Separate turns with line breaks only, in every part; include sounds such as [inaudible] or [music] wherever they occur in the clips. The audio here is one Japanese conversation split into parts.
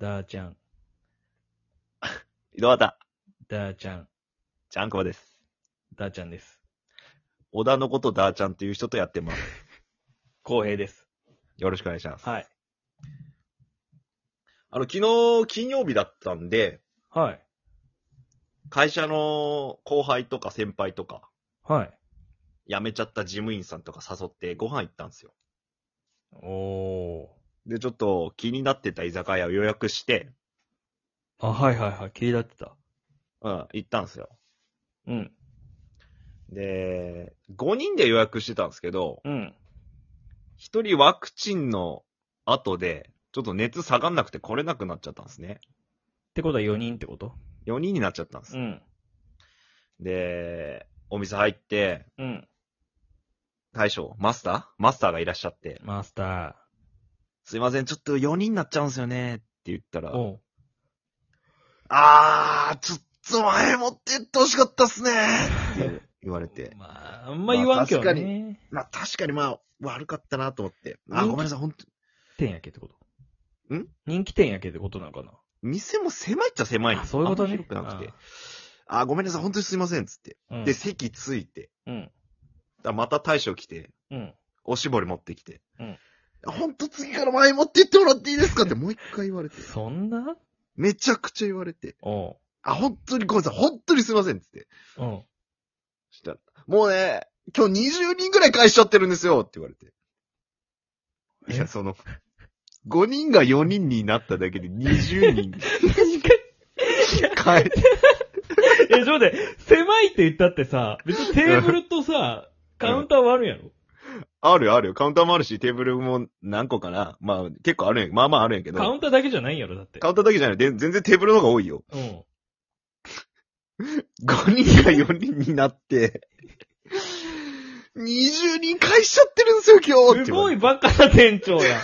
だーちゃん、
井戸端、
だーちゃん、
ちゃんこばです。
だーちゃんです。
小田のことダーちゃんっていう人とやってます。
公平です。
よろしくお願いします。
はい。
あの、昨日、金曜日だったんで、
はい。
会社の後輩とか先輩とか、
はい。
辞めちゃった事務員さんとか誘ってご飯行ったんですよ。
おー。
で、ちょっと気になってた居酒屋を予約して、
あ、はいはいはい。気になってた。
うん、行ったんですよ。
うん。
で、5人で予約してたんですけど、
うん。
1人ワクチンの後で、ちょっと熱下がんなくて来れなくなっちゃったんですね。
ってことは4人ってこと
4人になっちゃったんです。
ん。
で、お店入って、
うん。
大将、マスターマスターがいらっしゃって、
マスタ
すいません、ちょっと4人になっちゃうんですよね、って言ったら
ー。、 [laughs] おう。、
あー、ちょっと前持ってってほしかったっすね、って言われて
まあ、あんま言わんけど
まあ確か
ね。
まあ確かにまあ、悪かったなと思って、あ、
人気
ごめんなさい、本当
店やけってこと。
ん
人気店やけってことなのかな
店も狭いっちゃ狭いん
あ
です
そういうことね
あんま広くなくて。あーごめんなさい、本当にすいません、つって。
うん
で、席ついて、
うん。
だまた大将来て、
うん。
おしぼり持ってきて。
うん
本当次から前持って行ってもらっていいですかってもう一回言われて。
そんな
めちゃくちゃ言われて。
おう。
あ、本当にごめんなさい。本当にすいません。つって。
うん。
そしたら、もうね、今日20人ぐらい返しちゃってるんですよって言われて。いや、その、5人が4人になっただけで20人
確かに。いや
返 [laughs]
え、ちょっと待って、狭いって言ったってさ、別にテーブルとさ、カウンターはあるやろ
あるあるよ。カウンターもあるし、テーブルも何個かな。まあ、結構あるんや、まあまああるんやけど。
カウンターだけじゃないんやろだって。
カウンターだけじゃない。で全然テーブルの方が多いよ。
うん。
5人が4人になって、20人返しちゃってるんですよ、今日
すごい
って
バカな店長や。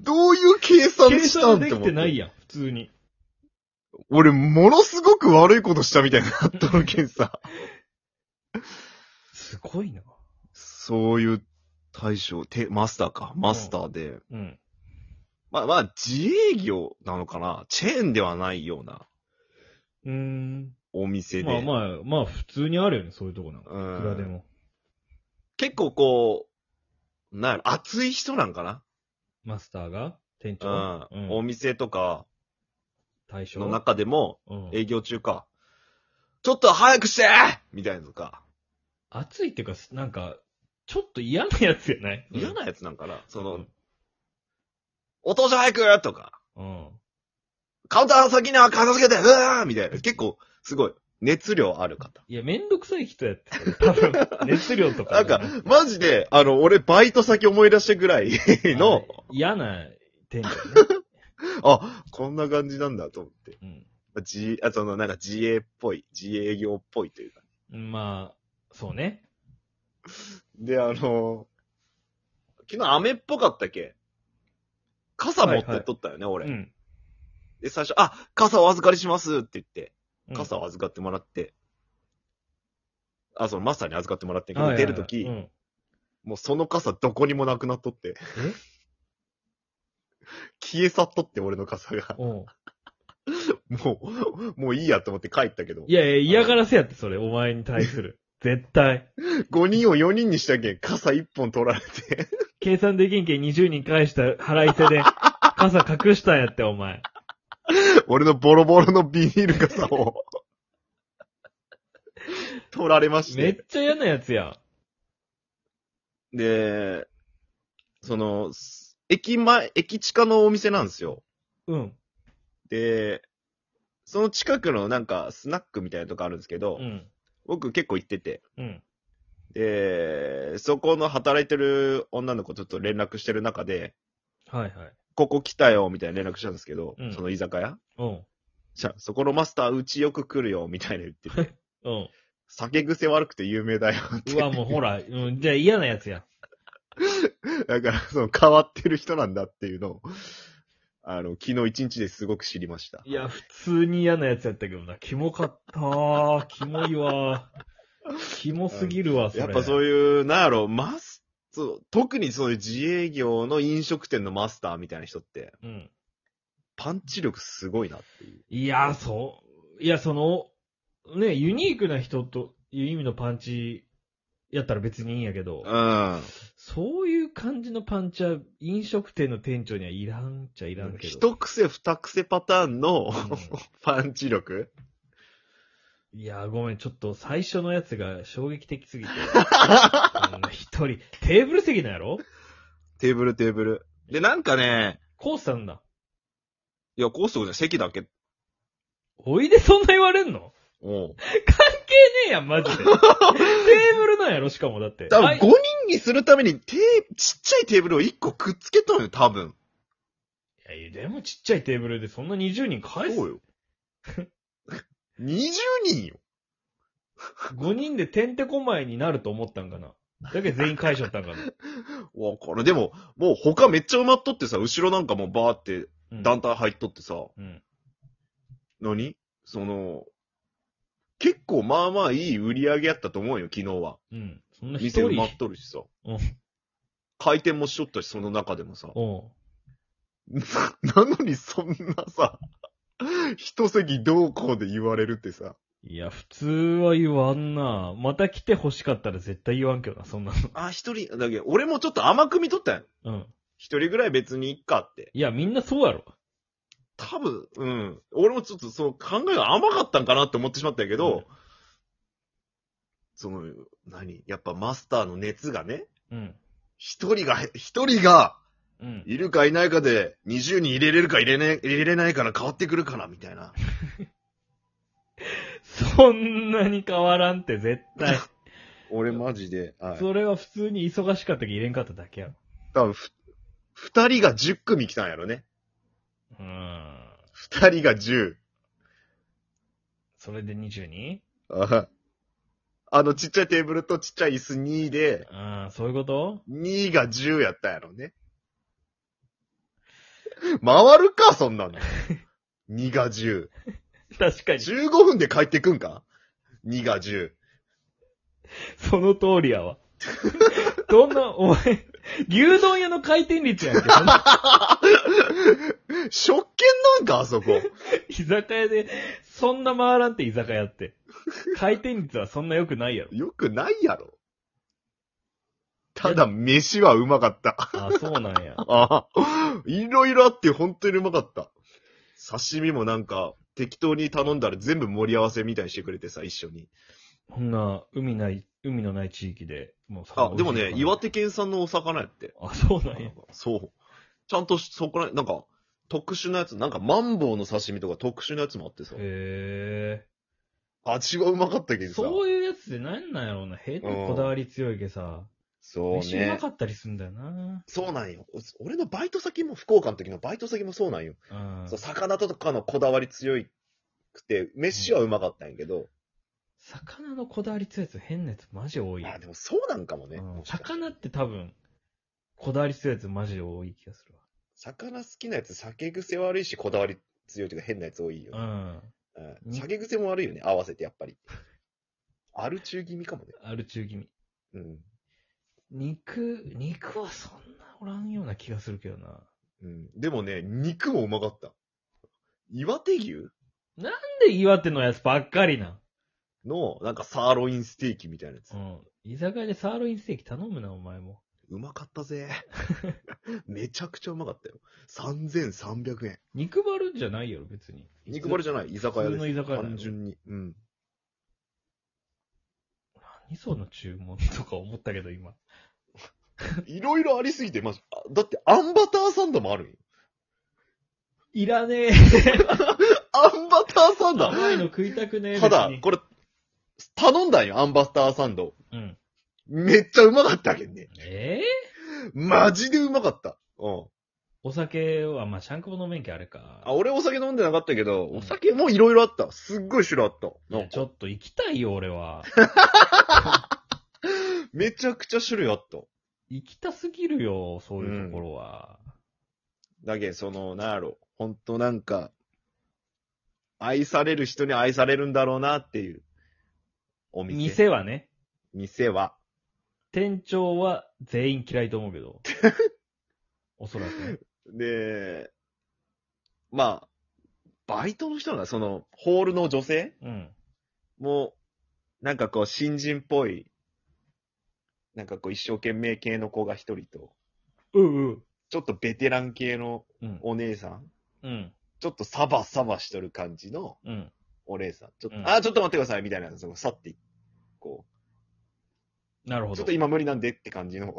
どういう計算
計
した
算
んっ
で
て
き
思
てな
っ
い
て。
やん、普通に。
俺、ものすごく悪いことしたみたいになったのけんさ。
すごいな。
そういう対象、て、マスターか、マスターで。
うん。
まあまあ、自営業なのかなチェーンではないような
うーん。
お店
まあ
で。
まあ、まあ普通にあるよね、そういうとこなんか。
うん
いくらでも。
結構こう、なんやろ、熱い人なんかな
マスターが店
う
長
ん。お店とか
対象
の中でも、
うん。
営業中か。ちょっと早くしてみたいなのか。
熱いっていうか、なんか、ちょっと嫌なやつやない
嫌なやつなんかな。そ
うん
の、お父さん早くとか、
うん。
カウンター先には片付けて、うわーみたいな。結構、すごい、熱量ある方。
いや、めんどくさい人やってた。多
[laughs]
分、熱量とか
なん
じゃ
か
なくて。、
マジで、あの、俺、バイト先思い出したぐらい [laughs] の、
あ嫌な店長ね。
あ、こんな感じなんだと思って。
うん
自、あ、その、なんか自営っぽい、自営業っぽいというか。
まあ、そうね。
で、あの、昨日雨っぽかったっけ傘持ってっとったよね、
う
俺。
ん。
で、最初、あ、傘お預かりしますって言って、
うん
傘を預かってもらって、あ、そのマスターに預かってもらってんけ
はい
ど、
はいはい
出るとき
う、ん
もうその傘どこにもなくなっとって、
え
消え去っとって、俺の傘が。
おう
もう、もういいやと思って帰ったけど
い、やいや、嫌がらせやって、それ、お前に対する。絶対。
5人を4人にしたけん、傘1本取られて、
計算できんけん20人返した腹いせで、傘隠したんやって、お前。
俺のボロボロのビニール
[laughs]
傘を、取られまし。
めってちゃ嫌なやつや。
で、その、駅前、駅近のお店なんですよ。
うん。
で、その近くのなんかスナックみたいなとこあるんですけど、
うん。
僕結構行ってて、
うん。
で、そこの働いてる女の子ちょっと連絡してる中で、
はいはい。
ここ来たよみたいな連絡したんですけど、
うん
その居酒屋
おう。
じゃあそこのマスターうちよく来るよみたいな言って
[laughs]
て、
おう。
酒癖悪くて有名だよって。
うわ、もうほら、うん、じゃあ嫌なやつや。
だからその変わってる人なんだっていうのを、あの、昨日一日ですごく知りました。
いや、普通に嫌なやつやったけどな。キモかったー。キモいわー。キモすぎるわ、それ。
やっぱそう
いう。
いう、なんやろ、マス、そう特にそういう自営業の飲食店のマスターみたいな人って、
うん。
パンチ力すごいなっていう。
いや、そう。いや、その、ね、ユニークな人という意味のパンチやったら別にいいんやけど、
うん。
そういう感じのパンチは飲食店の店長にはいらんっちゃいらんけど。
一癖二癖パターンの [laughs] パンチ力
いや、ごめん、ちょっと最初のやつが衝撃的すぎ
[laughs]
て。あの一人、テーブル席なんやろ
テーブルテーブル。で、なんかね、
コースさんだ。
いや、コースとかじゃ席だけ。
おいでそんな言われんの
うん。
えねえやん、マ
[laughs]
ジで。テーブルなんやろしかも、だって。
多分
あ
5
い
人にするために、て、ちっちゃいテーブルを1個くっつけたのよ、多分。
いやでもちっちゃいテーブルでそんな20人返す
そうよ。20人よ。
5人でてんてこまいになると思ったんかな。だけど全員返しちゃったんかな。
わかる。でも、もう他めっちゃ埋まっとってさ、後ろなんかもうバーって
うん
団体入っとってさ、
うん。
何その、結構まあまあいい売り上げやったと思うよ、昨日は。
うん。そんな一
店埋まっ
人。
とるしさ
うん。
回転もしとったし、その中でもさ。
おう
な [laughs] なのにそんなさ、一席どうこうで言われるってさ。
いや、普通は言わんな。また来て欲しかったら絶対言わんけどな、そんな
あ、一人、だけど俺もちょっと甘く見とったん。
の。うん。
一人ぐらい別にいっかって。
いや、みんなそうやろ。
多分、うん。俺もちょっとそう考えが甘かったんかなって思ってしまったんやけど、
うん
その、何やっぱマスターの熱がね、
うん。
一人が、一人が、
うん。
いるかいないかで、20人入れれるか入れない、入れれないから変わってくるから、みたいな。
そんなに変わらんって絶対。
俺マジで、はい。
それは普通に忙しかったけど入れんかっただけやろ。
多分ふ、二人が10組来たんやろね。
うーん。
二人が10。
それで 22?
あはあのちっちゃいテーブルとちっちゃい椅子2で、
ああ、そういうこと
2が10やったんやろね。回るか、そん [laughs] なの。2が10。
確かに。
15分で帰ってくんか ?2 が10。
その通りやわ。 [laughs] どんな、お前、牛丼屋の回転率やんけ。 [laughs] そんな
[laughs] 食券なんか、あそこ。
居酒屋で、そんな回らんって居酒屋って。回転率はそんな良くないやろ。
よくないやろ。ただ、飯はうまかった。
ああ、そうなんや。
ああいろいろあって本当にうまかった。刺身もなんか、適当に頼んだら全部盛り合わせみたいにしてくれてさ、一緒に。
こんな、海ない、海のない地域で、もう
あ、でもね、岩
手。
手県産のお魚やって。
あ、そうなんや。
そう。ちゃんとそこら、なんか、特殊なやつ、なんかマンボウの刺身とか特殊なやつもあってさ。
へ
味はうまかったけ
え。
どさ。
そういうやつでなんなんやろうな。変なこだわり強いけさ。
そう
飯うま
ね。
かったりすんだよな。
そうなんよ。俺のバイト先も、福岡の時のバイト先もそうなんよ。
うん。
そう魚とかのこだわり強いくて、飯はうまかったんやけど、
魚のこだわり強いやつ、変なやつマジ多いよ。
あ、でもそうなんかもね。
うん
もしかしたら
魚って多分、こだわり強いやつマジで多い気がする
魚好きなやつ、酒癖悪いし、こだわり強いというか変なやつ多いよ。
わ。うん。
うん酒癖も悪いよね、合わせてやっぱり。アル中気味かもね。
ある中気味。
うん。
肉、肉はそんなおらんような気がするけどな。
うん。でもね、肉もうまかった。岩手牛
なんで岩手のやつばっかりなん
の、なんかサーロインステーキみたいなやつ
う。ん。居酒屋でサーロインステーキ頼むな、お前も。
うまかったぜ。 [laughs] めちゃくちゃうまかったよ。3300円。
肉バルじゃないよ、別に。。
肉バレじゃないい居酒屋です。
普通の居酒屋だよ
単純に。うん。
何その注文とか思ったけど、今。
いろいろありすぎて、まじ。あだって、あんバターサンドもあるんよ。
いらねえ。
あんバターサンド
[laughs] 甘いの食いたくねえ。
ただ
別に、
これ、頼んだんよ、あんバターサンド。
うん。
めっちゃうまかったけどね。
ええ
マジでうまかった。うん。
お酒は、まあ、シャンクボの免許あれか。
あ、俺お酒飲んでなかったけど、
うん
お酒もいろいろあった。すっごい種類あった。
い
な
や
ん
ちょ
か、
っと行きたいよ、俺は。
[laughs] めちゃくちゃ種類あった。
行きたすぎるよ、そういうところは。
だけどその、なんやろ、ほんとなんか、愛される人に愛されるんだろうなっていう、お店。
店はね、
店は。
店長は全
[laughs]
員嫌いと思うけど。おそらくね。
で、まあ、バイトの人が、その、ホールの女性
うん。
もう、なんかこう、新人っぽい、なんかこう、一生懸命系の子が一人と、
うんうん。
ちょっとベテラン系の
うん。
お姉さん、
うん。
ちょっとサバサバしとる感じの
うん。
お姉さん、ちょっと、
うん
あー、ちょっと待ってください、みたいな、その、去って、こ
なるほ
う、ち
ど
ょっと。今無理なんでって感じの、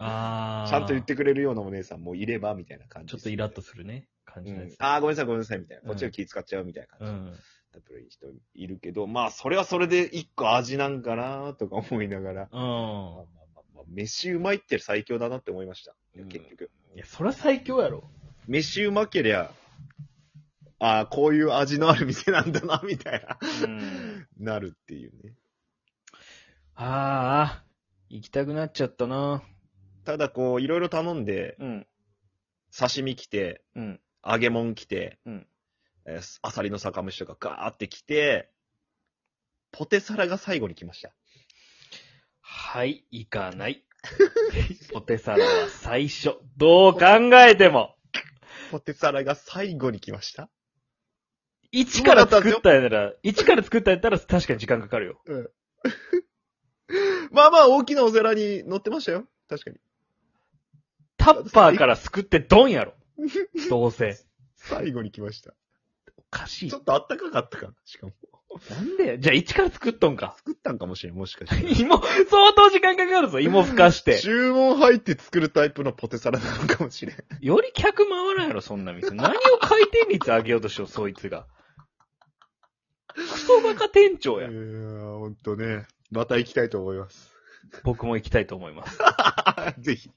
あー。
ちゃんと言ってくれるようなお姉さんもいれば、みたいな感じ
ちょ
で
っ
す
とイラッとするね。感
う
じのや
ん
つ。、
ああ、ごめんなさい、ごめんなさい、みたいな。
うん
こっちが気使っちゃうみたいな
う
感じ。
ん。
だったらいい人いるけど、まあ、それはそれで一個味なんかなとか思いながら、
う
まあまあ
ん。
まあまあ、飯うまいって最強だなって思いました。
うん
結局。
いや、そりゃ最強やろ。
飯うまけりゃ、ああ、こういう味のある店なんだな、みたいな、
うん。
な [laughs] るっていうね。
ああ、行きたくなっちゃったな。
ただこう、いろいろ頼んで、
うん。
刺身来て、
うん。
揚げ物来て、
うん
えーアサリの酒蒸しとかガーって来て、ポテサラが最後に来ました。
はい、行か [laughs] ない。ポテサラは最初。どう考えても。
ポテサラが最後に来ました。
一から作ったやなら、一から作ったやったら確かに時間かかるよ。
まあまあ大きなお皿に乗ってましたよ。確かに。
タッパーから作ってドンや [laughs] ろ。どうせ。
最後に来ました。
おかしい
ちょ。っとあったかかったかな。しかも。
なんでじゃあ一から作っとんか。 [laughs]
作ったんかもしれん、もしかして。
芋、相当時間かかるぞ、 [laughs] 芋ふかして。
注文入って作るタイプのポテサラなのかもしれん。
より客回らんやろ、そんな店。何を回転率上げようとしよう、そいつが。クソバカ店長
いや
や。[laughs]
ー、ほんとね。また行きたいと思います。
僕も行きたいと思います。
ぜひ。